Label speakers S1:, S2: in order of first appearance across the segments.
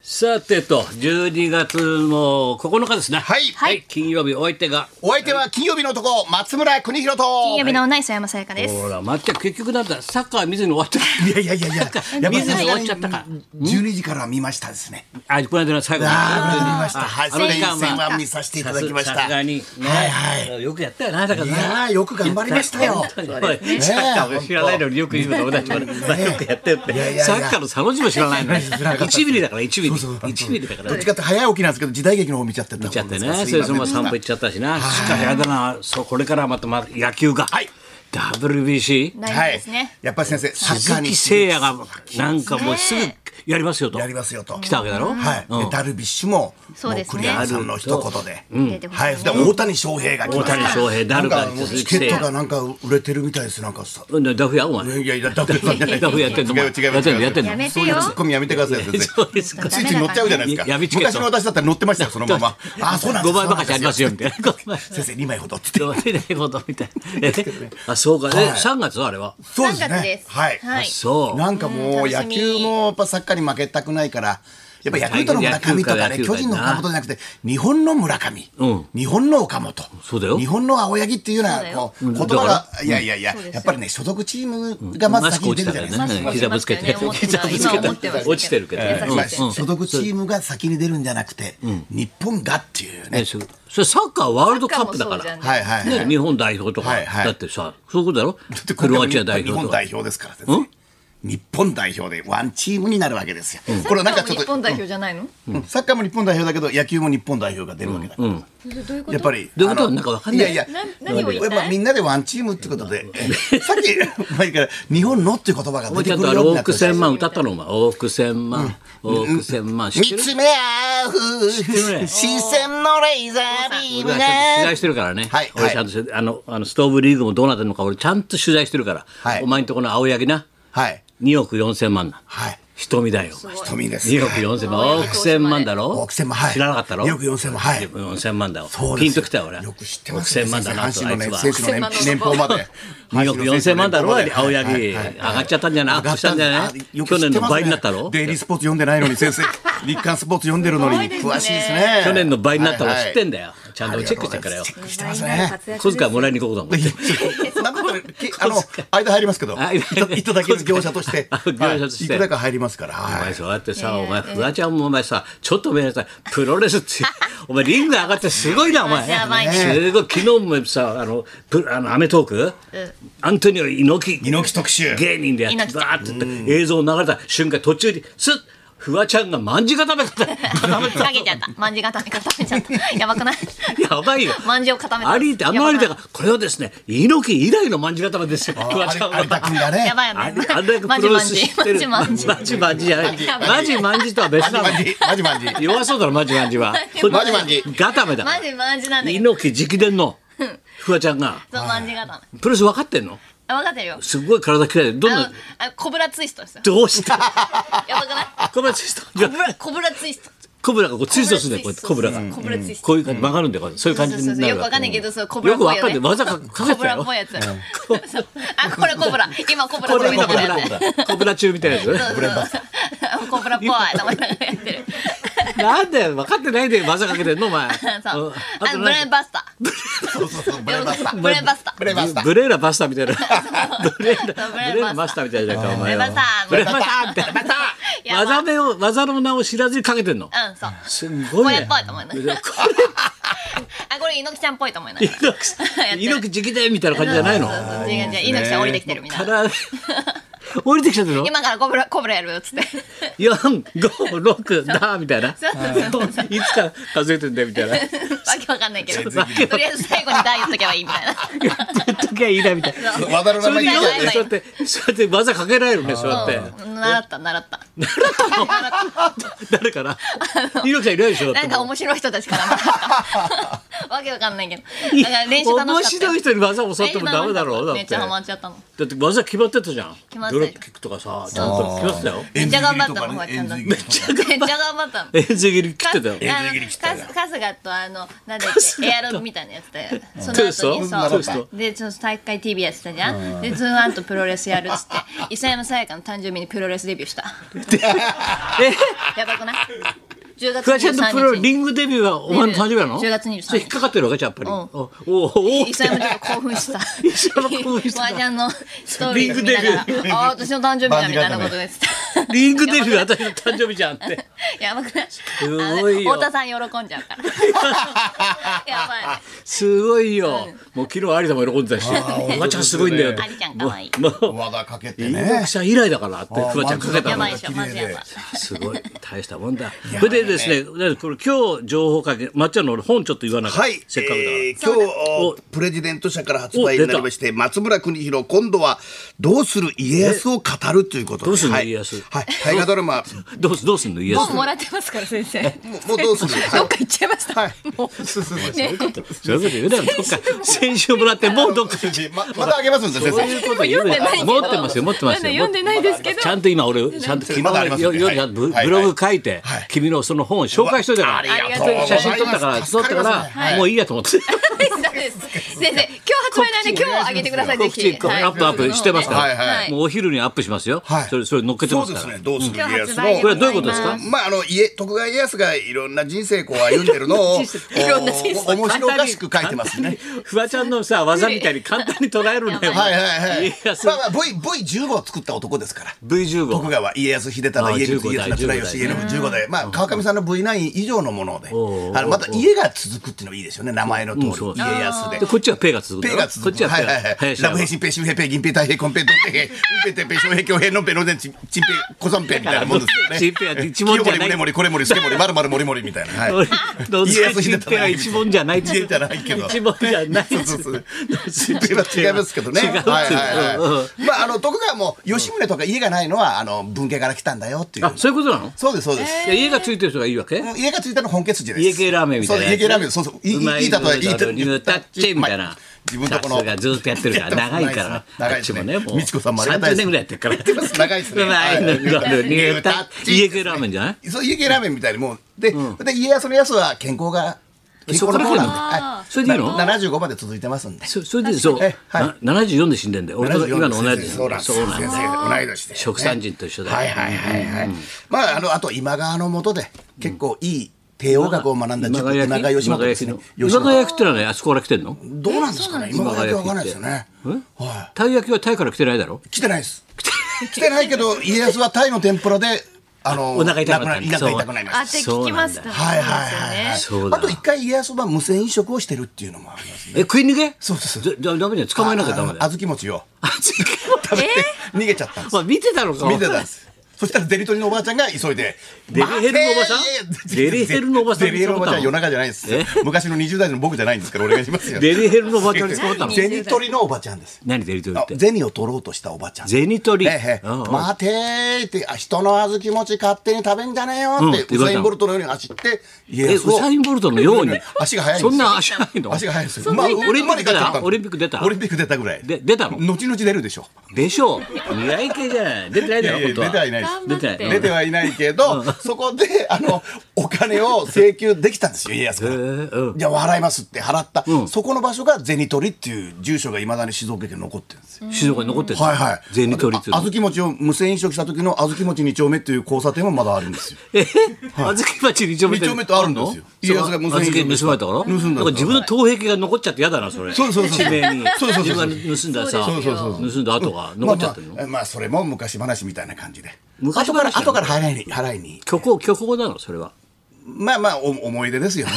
S1: さてと12月の9日ですね
S2: はい
S1: はい、金曜日お相手が
S2: お相手は金曜日の男松村邦弘と
S3: 金曜日の女磯山さやかです。
S1: ほらまっちゃん結局なんだサッカーは見ずに終 わっちゃっ
S2: いやいやいやいや
S1: た見ずに終わっちゃったか
S2: 12時からは見ましたですね
S1: あこの間の最後
S2: ああ見ました
S1: あ
S2: はい
S1: あ
S2: ス
S1: の
S2: ペイ
S1: 時
S2: ン
S1: 間は
S2: 戦は見させていただきまし
S1: さ
S2: た
S1: すがにね、
S2: はいは
S1: よくやったよなだから
S2: い
S1: ない
S2: やーよく頑張りましたよ
S1: サッカーを知らないのによく言うの俺たちは ねよくやってるって
S2: いやいやいや
S1: サッカーのサの字も知らないのに1ミリだから1ミリ
S2: そうそう
S1: 1ミリだから
S2: どっちかって早起きなんですけど時代劇の方見ちゃってたもん
S1: ちゃって
S2: です
S1: ね、
S2: から
S1: それそのまます
S2: い
S1: 散
S2: ま
S1: 歩行っ
S2: せん
S1: ちゃったしな、しかしあれだな、そうこれからまたま野球が、
S2: はい
S1: WBC、
S3: 大
S2: は
S3: 事で
S2: い
S3: すね。
S2: やっぱり先生サッカー
S1: 鈴木
S2: に
S1: 誠也がなんかもうすぐやりますよと、
S2: やりますよと
S1: 来たわけだろ、
S2: はい
S1: うん
S2: でダルビッシュも
S3: そうです
S2: もう
S3: ね
S2: 栗原さんの一言で
S3: 出てほしい
S2: はいで大谷翔平が来
S1: 大
S2: ました
S1: 谷翔平、ダ
S2: な
S1: ル
S2: ん
S1: カ
S2: か
S1: リ
S2: も
S1: と
S2: う
S1: 鈴
S2: チ
S1: 木
S2: ケ
S1: 誠
S2: ット
S1: 也
S2: がなんか売れてるみたいですなんかさ
S1: うん、ダフやお前、
S2: いやいやダルビッシュじゃない
S1: ダフやってんのお前
S2: 違う違う違う
S1: やってんのやってんの
S3: やめて
S2: そういう
S3: よ
S2: ツ。ッコミやめてくださいよ先生
S1: そうですか
S2: ついつい乗っちゃうじゃないですか。
S1: 闇チケット
S2: 昔の私だったら乗ってましたよ、その まま。あ、そうなんで
S1: 5
S2: す
S1: 倍ばかしありますよみたいな。5倍
S2: 先生、2枚ほどって言って。
S1: ないことみたいな。えあ、そうか。え、
S2: はい
S1: 3月はあれは。
S2: そうで
S3: 3
S2: す
S3: 月で
S2: ね。
S3: す。
S2: はい。
S3: はい。
S1: そう。
S2: なんかも
S3: う
S2: う、
S3: ん楽
S2: 野
S3: しみ
S2: 球もやっぱサッカーに負けたくないから、やっぱヤクルトの村上とか
S1: 野
S2: ね、
S1: 球か
S2: 巨人の岡本じゃなくて、日本の村上
S1: うん、
S2: 日本の岡本
S1: そうだよ、
S2: 日本の青柳っていうよう
S3: そうだ
S2: な、
S3: よ
S2: こう、言葉
S1: だか
S2: が、いやいやいや
S3: そうで、すよ
S2: やっぱりね、所属チームがまず先に出るじゃないですか。
S3: マスク落ちたからね
S1: うん膝ぶつけて、
S3: 思って
S1: 膝
S3: た
S1: ぶつけ
S3: 今
S1: て
S3: 思ってましたけ、ど
S1: 落ちてるけどね。
S3: え
S1: うん
S2: ま
S3: ま
S2: あ
S3: あ
S1: うん
S2: 所属チームが先に出るんじゃなくて、日本がっていうね。
S1: ね、それそれサッカーワールドカップだか
S3: サッカーもそうじゃ
S1: ら、
S3: ん
S2: はいはいは
S1: ね、
S2: い。
S1: 日本代表とか、
S2: はいはい
S1: だってさそういうことだろ
S2: だってこ
S1: ク
S2: れ
S1: ロ
S2: は
S1: アチア代
S2: 日
S1: 表
S2: 本
S1: とか
S2: 代表ですから先生日本代表でワンチームになるわけですよ、これはなんかちょっ
S3: 日
S2: と
S3: 本代表じゃないの？
S2: うんサッカーも日本代表だけど野球も日本代表が出るわけだから、
S3: どういうこと？
S2: やっぱり
S1: どういうこと
S2: あの
S1: なんかわかんない
S2: いやいや
S3: な何を言いたい
S2: やっぱみんなでワンチームってこと で、さっき前から日本のっていう言葉が
S1: お前ち
S2: 出て
S1: ゃん
S2: く
S1: とあ
S2: る
S1: れ
S2: よう
S1: 往
S2: になって
S1: 復千万歌ったのお前往復千万往復千万知って
S2: 見
S1: る
S2: つめ合
S1: てるね
S2: う視線のレーザービーム
S1: 俺は
S2: が
S1: ちゃんと取材してるからね、
S2: はい
S1: 俺ちゃんとあのあのストーブリーグもどうなってるのか俺ちゃんと取材してるから、
S2: はい
S1: お前んとこの青柳な
S2: はい
S1: 2億4千万な
S2: はい
S1: 瞳だよお前
S2: 瞳です
S1: 2億4千万往復千万だろ
S2: 億千万はい
S1: 知らなかったろ
S2: 2億4000万はい
S1: 4000万だわ
S2: そうで
S1: ピ
S2: すよ
S1: ンときたよ俺
S2: よく知ってます
S1: 億千万だな
S2: 阪
S1: と
S2: 神
S1: あいつ
S2: のね
S1: は
S2: 選手のね年俸 まで
S1: 2億4000万だろ青柳、上がっちゃったんじゃないアップしたんじゃない、去年の倍になったろ
S2: デイリースポーツ読んでないのに先生日刊スポーツ読んでるのに詳しいですね
S1: 去年の倍になったの知ってん
S2: だ
S1: だよ、ちゃんとチェックしてからよ
S2: チェックしてますね
S1: 小遣いもらいに行こうと思って
S2: なん かこれけあの間入りますけど
S1: あ
S2: いたいただける
S1: 小遣い
S2: 業者として
S1: あ業者として
S2: はいいくらか入りますから
S1: お
S2: は
S1: 前
S2: い
S1: そうやってさ、お前フワちゃんもお前さちょっとお前さプロレスって お前リング上がってすごいなお前
S3: やばいね
S1: すごい昨日もさあのプあのアメトーク、アントニオ猪木
S2: 猪木特集
S1: 芸人でやって
S3: 猪木
S1: バーって言って映像流れた瞬間途中にスッフワちゃんがまんじ固め た
S3: 下げちゃった。まんじ固め固めちゃった。や ばくない？
S1: やばいよ
S3: まんじを固めた。
S1: ありてあんまりだからこれはですね猪木以来のまんじ固め ですよフワちゃん
S2: 有
S1: は
S2: 田君がね
S3: やばいよ
S1: あれ
S3: ね。
S1: あれだけプロレス知ってる
S3: ま
S1: マ
S3: んじ
S1: ジ
S3: ま
S1: マ
S3: んじ
S1: ジマジじゃないマジマンジとは別なの
S2: マジマジマジマジ
S1: 弱そうだろマジマンジは
S2: マジマンジ
S1: ガタメだ
S3: まんじまんじなんだけど。
S1: 猪木直伝のフワちゃんが
S3: そうまんじ固め。
S1: プロレス分かってんの
S3: あ分かってるよ。
S1: すごい体嫌いでどん
S3: あ
S1: ど
S3: の
S1: ん
S3: あコブラツイストですよ。
S1: どうして
S3: やばくない？
S1: コブラツイスト
S3: コブラツイスト。
S1: コブラがこうツイストするんだよこうやってコブラが
S3: コブラツイスト。
S1: こういう感じ曲がるんだよこうそういう感じになる
S3: よくわかんないけど、そう、コブ
S1: よく
S3: ラぽ
S1: わ
S3: い
S1: かんな
S3: よ
S1: い
S3: ね。
S1: わざかかけ
S3: コ
S1: て
S3: ブ
S1: た
S3: ラ
S1: よ
S3: っぽいやつ。そうあ、これコブラ。今コブラ
S1: コ
S3: コ
S1: ブ
S3: ブ
S1: ラコ
S3: ラみた
S1: ブ
S3: いな
S1: ラ
S3: やつ。
S1: コブラ中みたいなやつね
S3: そう コブラっぽいと思いながらやってる。
S1: なんだよ分かってないで技かけてんのお前
S3: そう
S1: うん。あ
S3: あ
S1: と
S3: のブレ
S1: な
S3: ーン
S1: ん
S3: バスター。
S2: そうそうそうブレバスター
S3: ブレーンバスター。
S2: ブレバスタ
S1: か
S2: ー
S1: ブレーラバスターみたいなブレーラブ
S3: そうブレーラ
S1: レーラマスターみたいなやつかお前はブ
S3: ブ
S1: レ
S3: レ
S1: ーラ
S3: ー
S1: マ
S3: ラ
S1: ス
S3: マ
S1: ター
S3: スター
S1: みたいな
S3: やば
S1: 技名を技の名を知らずにかけてんの
S3: うん、そう。
S1: すごい
S3: 親
S1: ね
S3: っぽいと思いながら。あ、これ猪木ちゃんっぽいと思いながら。
S1: 猪木猪 木直伝みたいな感じじゃないの
S3: そうそうそう違う違う猪木ちゃん降りてきてるみたいな。
S1: から 降りてきちゃってるの
S3: 今からコブラ、コブラやるよっつって。
S1: 四五六だみたいな。いつ
S3: そうそうそう
S1: から数えてんだよみたいな。や
S3: わけわかんないけど、
S1: 全然
S3: とりあえず最後に台言っとけばいいみたいな。
S1: っときゃいいなみたいな。
S2: 技の
S1: そ
S2: 名
S1: れ
S2: 前
S1: で
S2: 聞
S1: よ
S2: いて
S1: く
S3: ない
S1: そうやってそうやって技かけられるねそうやって。
S3: うん習った、習った。
S1: 誰から。猪木さんいないでしょ。だって
S3: なんか面白い人たちから学んだ。わけわかんないけど。だから練習楽
S1: 面
S3: しか
S1: 白
S3: った
S1: い
S3: よ。
S1: 人に技教わってもダメだろうだ
S3: め
S1: っ
S3: っち
S1: て
S3: ゃハマ
S1: だ
S3: っちゃったの。
S1: って技決まってたじゃん
S3: 決まっ
S1: ド
S3: てた
S1: ロップキックとかさちゃんと決まってたよ
S3: めっちゃ頑張ったの、フ
S2: エン
S3: ワ
S2: ズギ
S3: ちゃ
S2: リ
S3: ん
S2: とか
S3: だっ
S2: ね
S3: て。
S2: エ
S3: め
S2: ン
S3: っ
S2: ズギリ
S3: ちゃ
S1: 円ず切り切って
S3: 頑張ったの。
S1: たよ
S2: え
S3: あの
S2: ギリ来てたよ
S3: かす春日とあのなんだっけエアロビみたいなやつでその
S1: トゥース
S3: 後
S1: ト
S3: に
S1: ト
S3: そ
S1: ゥース
S3: う
S1: ト
S3: でその大会 TV やってたじゃんでズーンとプロレスやるっつって磯山さやかの誕生日にプロレスデビューした
S1: え
S3: やばくない10月
S1: フワちゃんのプロ
S3: 23日
S1: リングデビューはお前の誕生日なの
S3: 10月23日
S1: それ引っかかってるわけじゃんやっぱり
S3: うん
S1: おおおお
S3: 磯山ちょっと興奮した
S1: 磯山興奮してた
S3: フワちゃんのストーリー見なが
S1: リングデビュ
S3: らああ私の誕生日だみたいなことです
S1: リングデビュー私の誕生日じゃん って
S3: やばくない
S1: ごいよ
S3: あの太田さん喜んじゃうから やばいね
S1: すごいよもう昨日有田も喜んでたしフワちゃんすごいんだよって
S3: 有ちゃん可愛い
S1: もう
S2: 和田かけて
S1: 有
S2: ね
S1: 楽。者以来だからってフワちゃんかけた
S3: や
S1: の
S3: ばいでしょマジやばい
S1: すごい大したもんだそれでですねこれ今日情報かけまっちゃんの俺本ちょっと言わなきゃ
S2: はい、
S1: せっかくだから
S2: えー今日
S1: お
S2: プレジデント社から発売になりまして松村邦弘今度は「どうする家康」を語るということで
S1: どうする
S2: はい
S1: 家康
S2: はい、大河ドラマ
S1: どうすどうすんの家康
S3: 本もらってますから先生
S2: もうもうどうするはい
S3: どっか行っちゃい ました、
S2: はい
S3: もうね
S1: そういうこと言うなよどっか先週もらってもうどっか
S2: ままたあげますんで先
S1: そう
S2: 生
S1: いうこと言うなよ
S3: 読んでないけど
S1: 持ってますよ、持ってます
S3: まだ
S1: よ。
S3: 読んでないですけど
S1: ちゃんと今俺、ちゃんと昨日
S2: まだありますね
S1: よ夜、ブ
S2: はい
S1: ブログ書いて、
S2: はい
S1: 君のその本を紹介しといたから、
S2: ありが
S3: とうございます
S1: 写真撮ったから、撮っ
S2: 助か
S1: た
S2: り
S1: か
S2: ます
S1: ら、
S2: ねはい
S1: もういいやと思って。
S3: そうです先生今日発売なんで今日あげてくださいぜ
S1: 告
S3: ひ
S1: 知、アップアップしてますから、
S2: はいはい
S1: もうお昼にアップしますよ。
S2: はい
S1: それ、それ乗っけて
S2: そ
S1: ま
S2: う
S1: す
S2: で
S1: か
S2: す
S1: ら。
S2: ねどうする
S3: 今日
S2: 家
S3: 発
S2: 康
S3: 売
S2: の
S1: これはどういうことですか
S3: ご
S2: まああの家徳川家康がいろんな人生こう歩んでるのを
S3: 人 生いろんな人生
S2: お面白おかしく書いてますね。
S1: フワちゃんのさ、技みたいに簡単に捉えるね。
S2: はいはいはい
S1: 家。康
S2: まあまあ V V15 を作った男ですから。徳
S1: V15。
S2: 川家康秀忠
S1: あ
S2: 家
S1: 15
S2: 光家
S1: 代
S2: 綱綱吉家信15代まあ川上さんの V9 以上のものであのまた家が続くっていうのもいいですよね名前の通り
S1: うんそう
S2: 家康で
S1: で、。こっちはペイが続くんだろ
S2: ペイが
S1: こ
S2: 続
S1: っ
S2: く。
S1: ちはペイ
S2: はいはいはい。
S1: 林
S2: ラ
S1: 家
S2: ブヘ新平、周平平、銀平、太平、コンペ、ドンペ平、ウンペテペ、小平、京平、のんぺ、のぜん、ちんちんぺ、こさんぺみたいなもんですよ ね。
S1: ちんぺは一文じ ゃない
S2: 清盛もれもれ、これもれ、すけもれ、まるまるもりもりみたいな。はい。
S1: 野
S2: 家
S1: 添
S2: 康
S1: 新
S2: 秀
S1: 平
S2: 忠
S1: は一文じゃないっつ
S2: 家じゃないけど
S1: 一文じゃないっつ
S2: そうそうそう
S1: 野添
S2: ペは
S1: 新平
S2: 違います けどね。
S1: 違うっ
S2: は
S1: つう
S2: いはい
S1: うんうん
S2: はい。まああの徳川も吉宗とか家がないのはあの文家から来たんだよっていう
S1: あ。そういうことなの
S2: そうですそうです。
S1: いや家がついてる人がいいわけ
S2: もう家がついたの本家筋です。
S1: 家系ラーメンみたいな
S2: そう
S1: や
S2: 家
S1: つ
S2: 系ラーメンそうそう。いう
S1: まい
S2: いいたとはいい
S1: のだろうに
S2: い
S1: 歌っちみたいな
S2: 自分とこの
S1: さすがずっとやってるから長いからな
S2: 長い
S1: あっ
S2: で
S1: ち
S2: すね
S1: もねもう
S2: 美智子さんもありがた
S1: 30
S2: いです
S1: 年ぐらいやってるから
S2: ってます長いですね
S1: うまいのだろうに歌っち家系ラーメンじゃない
S2: そう家系ラーメンみたいにもうで、で家康のやつは健康が健康の方なんで、
S1: そこだ
S2: はい、
S1: それでいいの
S2: 七十五まで続いてますんで。
S1: そそれでそう
S2: えはい
S1: な74で死んでんだよ俺と今の同じ
S2: そうなんです。
S1: そうなんだ
S2: 先
S1: よ
S2: 生同い年で。
S1: 食産人と一緒だよ
S2: はいはいはいはい。まああのあと今川の下で結構いい帝王学を学ん
S1: 今
S2: だ実
S1: 川
S2: 家長
S1: 焼
S2: 井
S1: き
S2: 義
S1: 今
S2: 元
S1: 川
S2: で
S1: 焼き
S2: すね
S1: の。今川焼きってのはねあそこから来てんの
S2: どうなんですかね。今川焼きはわからないですよね。はい。
S1: たい焼きはタイから来てないだろ
S2: 来てないです。来てないけど、家康はタイの天ぷらで、あの、
S1: お腹痛くな
S2: な
S1: る
S2: くなりお腹痛くなりま
S3: あ
S2: し
S3: って聞きました
S2: た。はいはいはいはい。
S1: そうだ
S2: あと一回家康は無銭飲食をしてるっていうのもありますね。
S1: え食い逃げ
S2: そうそう
S1: じゃじゃダメじゃん捕まえなきゃダメだ
S2: あ
S1: よ
S2: ずき餅を
S1: あち
S2: 食べて逃げちゃったんで す。
S1: まあ見てたのか
S2: 見てたんです。そしたらデリトリのおばあちゃんが急いで。
S1: デリヘルのおばさん
S2: 待て
S1: デリヘルのおばさん
S2: デリヘルのおばちゃん夜中じゃないです
S1: え。
S2: 昔の20代の僕じゃないんですからお願いしますよ。
S1: デリヘルのおばちゃんに捕ま ったの
S2: デリトリのおばちゃんです。
S1: 何デリトリ
S2: あ
S1: って
S2: 銭を取ろうとしたおばちゃん。
S1: 銭取り
S2: ええ
S1: うんうん
S2: 待てーって、あ人の小豆餅勝手に食べんじゃねえよ
S1: うん
S2: って、ウサイン・ボルトのように走って、家
S1: えウ
S2: 康を
S1: サイン・ボルトのよう に
S2: 足が速いん
S1: そ
S2: ですよ
S1: んな足速いの
S2: 足が速いんです
S1: そ
S2: よ。
S1: んな
S2: まあ、
S1: オリンピック出た
S2: ん
S1: オリンピック出た
S2: オリンピック出たぐらい。
S1: で出たの
S2: 後々出るでしょ。
S1: でしょう未来系じゃない出てない
S2: い
S1: だろ
S2: やいや
S1: 本
S2: 出
S1: 当
S2: てはい
S1: は
S2: ないです。
S1: 出てない
S2: 出てはいないけど、そこで、あの、お金を請求できたんですよ、家康から。じゃあ、払いますって払った。そこの場所が銭取りっていう住所がいまだに静岡県に残ってるんですよ。
S1: 静岡に残ってる
S2: はいはい。
S1: 銭取りっていう
S2: あ
S1: の
S2: ずき餅を無銭飲食した時のあずき餅二丁目っていう交差点もまだあるんですよ。
S1: えあずき町2丁目
S2: 二丁目ってあるんですよ
S1: 家
S2: 家康が無
S1: あ
S2: 線
S1: ず
S2: 飲
S1: き
S2: 食
S1: 盗まれたから
S2: 盗んだんですよ
S1: だから自分の頭壁が残っちゃって嫌だなそれ
S2: そうそうそうそう
S1: 地名に
S2: そうそうそう
S1: 自
S2: そう
S1: 分が盗んださ
S2: そうそうそう
S1: 盗んだ跡が 残っちゃってるの
S2: まあまあ、まあそれも昔話みたいな感じで。
S1: 昔
S2: 後から
S1: 話なの
S2: 後から払いに払いに。
S1: 虚構虚構なのそれは
S2: まあまあお思い出です よね。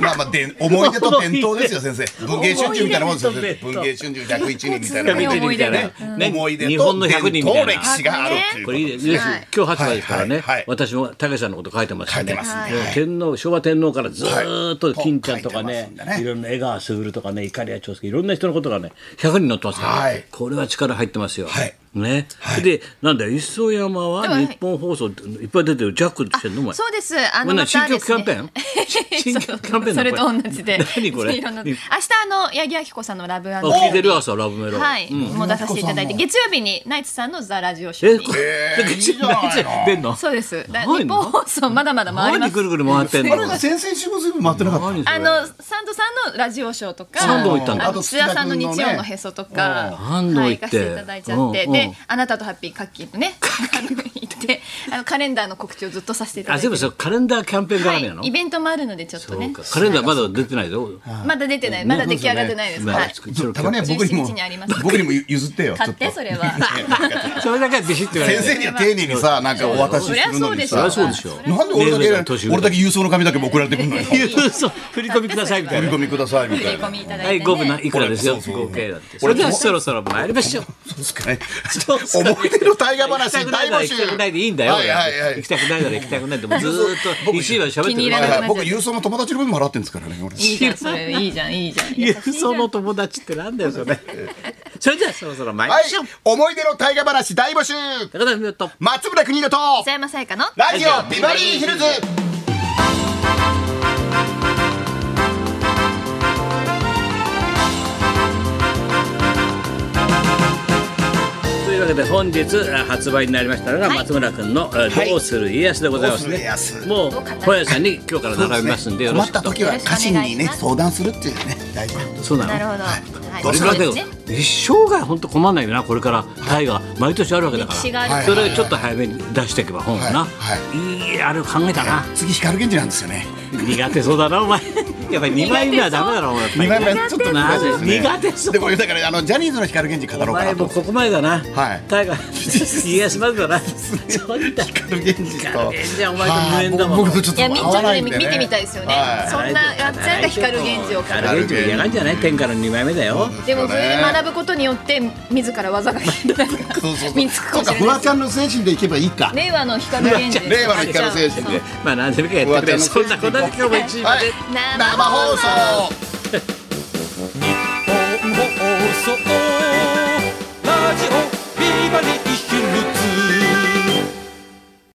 S2: まあまあで思い出と伝統ですよ先生。文芸春秋みたいなもんですよ。
S1: 思い出と伝統
S2: 文芸春秋101人みたいな
S3: 101人みたいな
S2: ね
S1: ね
S2: 思い出
S1: 日
S2: と
S1: 本の
S2: 伝
S1: 100
S2: 統
S1: 人みたいな
S2: 歴史があるっていう
S1: こ
S2: こ
S1: れい
S2: と
S1: い
S2: で
S1: ですすね
S2: ね。
S1: 今日発売ですからね、
S2: はいはいはい
S1: 私も武さんのこと書いてます
S2: 書
S1: よ
S2: いて
S1: ね
S2: ますね。
S1: もう天皇昭和天皇からずーっと
S2: はい
S1: 金ちゃんとか
S2: 書い
S1: ね
S2: てますんでね
S1: いろんな江川卓とかねいかりや長介いろんな人のことがね100人載ってますから、ね
S2: はい
S1: これは力入ってますよ、
S2: はい
S1: ね、でなんだよ磯山は
S3: でもはい
S1: 日本放送いっぱい出てるジャックしてんのお前
S3: そうです。あ
S1: あ
S3: の、ま
S1: 新
S3: たで
S1: 曲キ
S3: す
S1: ャン
S3: ね
S1: ペー ン新曲キャンペーン
S3: そ
S1: だ
S3: れと
S1: こ
S3: 同じで。
S1: 何 これ
S3: いろんな
S1: あ
S3: 明日あの八木亜希子さんのラブアン
S1: 聞いてる朝ラブメロ
S3: はい、
S1: うん
S3: もう出させていただいて
S2: うん
S3: 月曜日にナイツさんのザラジオショ
S1: え
S3: ーに
S1: これ
S2: えーいいじゃないの
S1: 出んの
S3: そうです。だ
S1: ない
S3: 日
S1: の
S3: 本放送まだまだ回りま
S1: 何
S3: す
S1: ぐ。るぐる回ってんの
S2: あれが先々週もずいぶん待ってなかった
S1: 何それ
S3: あのサンドさんのラジオショーとか、
S1: 三本行ったんだ
S3: あの
S2: あと
S3: 土田さんの日曜のへそとか、
S1: うん
S3: はい、行
S1: 三本行
S3: か
S1: って
S3: せていただいちゃって、
S1: うんう
S3: で
S1: ん、
S3: あなたとハッピーカッキーと ね、あの行って、あのカレンダーの告知をずっとさせていただ
S1: あ
S3: いて
S1: 全部
S3: る、
S1: それカレンダーキャンペーン絡みなの、
S3: はい、イベントもあるのでちょっと
S1: そう
S3: ね、
S1: かカレンダーまだ出てないぞ
S3: まだ出てない、まだ出来上がってないです。
S1: まあ
S3: はい、
S1: 作ってる
S2: たまには僕にも
S3: 17日にあります
S2: 僕にも譲ってよ
S3: 買っ
S2: ちょ
S3: て
S2: っと
S3: それ は。
S1: それだけはビシッと言われ
S2: 先
S1: て
S2: 生には丁寧にさなんかお渡しす
S3: そりゃ
S2: る
S3: そ
S2: の
S3: うで
S2: に
S3: しょ。
S2: さ
S1: そりゃそうでしょ
S2: なんで俺
S1: メール
S2: だ
S1: で
S2: け
S1: 年上
S2: 俺だけ郵送の紙だけ送られてくる のよ振
S3: はい
S1: そう振り込みくださいみたい
S2: り
S1: な
S2: 込みくださいみ
S3: 振
S2: た
S3: り
S2: い
S3: 込
S2: な
S3: みいただい
S1: は
S3: て、
S1: い
S3: ね。
S1: 5分ないいくらですよ
S2: そうそう
S1: 合計だってそ
S2: 俺
S1: れではそろそろ参りましょう
S2: そうですかね
S1: そうそう
S2: 思い出の大河
S1: 行きた
S2: 話
S1: くな
S2: 大
S1: いなら行きた
S2: 募集
S1: くないでいいんだよ、
S2: はいはいはい
S1: 行きたくないなら行きたくないでもうずーっと
S2: 僕
S1: 石井は喋って
S3: 気に入
S1: る
S3: ら
S1: か
S3: な
S1: ら
S2: は
S3: い
S2: いはい僕郵送の友達の分も払ってんですからね俺
S3: いいじゃん、それいいじゃん、いいじゃん。優しいじゃ
S1: そ
S3: ん
S1: の友達ってなんだよそ れそれではそろそろ参り
S2: は
S1: ま
S2: い
S1: しょう、
S2: 思い出の大河話大募集
S1: 高田文夫と
S2: 松村邦乃と
S3: 磯山さやかの。
S2: ラジオビバリーヒルズ
S1: というわけで本日あ発売になりましたのが
S3: はい
S1: 松村君のえー「
S2: い
S1: どうする家康」でございます
S2: どうする家
S1: ね
S2: 康
S1: もう本屋さんに今日から並びますんでよろ
S2: 困っ
S1: しく
S2: た
S1: と
S2: 時は家臣にね
S3: よろしく
S2: 相談するっていうね大事なこと
S1: そうな
S3: なるほ
S1: の
S3: ど。はい
S1: これからだよ
S3: そうですね
S1: 一生涯本当困らないよなこれから大河毎年あるわけだか
S3: 歴史があ
S1: ら
S3: るから
S1: それをちょっと早めに出していけば本をな
S2: はい
S1: いいあれを考えたな
S2: 次光源氏なんですよね
S1: 苦手そうだなお前やっぱり2枚目はダメだろお前やっぱり
S2: 二枚目ちょっと
S1: なぜ
S2: ですね
S1: 苦手そう
S2: でこれだからあのジャニーズの光源氏語
S1: お
S2: ろうか
S1: 前も
S2: なと
S1: うここまでだな
S2: はい
S1: 大 河家康までだなちょっと
S2: 光源氏と
S1: 光源氏はお前と無縁だもん
S2: はい僕僕ちょっ
S3: いや、み
S2: と
S3: ち
S2: 合
S3: ょ
S2: わ
S3: っと
S2: ない
S3: ね
S2: んで
S3: 見
S2: ね
S3: てみたいですよね。
S2: はい
S3: そんな、やっちゃんが光る源氏を
S1: 光源氏も嫌がんじゃない天下の2枚目だよ
S3: でも、それで学ぶことによって、自ら技が。
S2: そうそうそう
S3: 見つくかもしれな
S2: そ
S3: い
S2: うフワちゃんの精神でいけばいいか
S3: 令和の光源氏。
S2: 令和の光精神で
S1: まあ何でもいいからやってくれ
S2: うわ
S1: そんなこんなで今日も1位ま
S2: は
S1: で
S2: い
S3: 生
S2: 生
S3: 放
S2: 放
S3: 送。
S2: 送
S4: 日本放送ラジオビバリー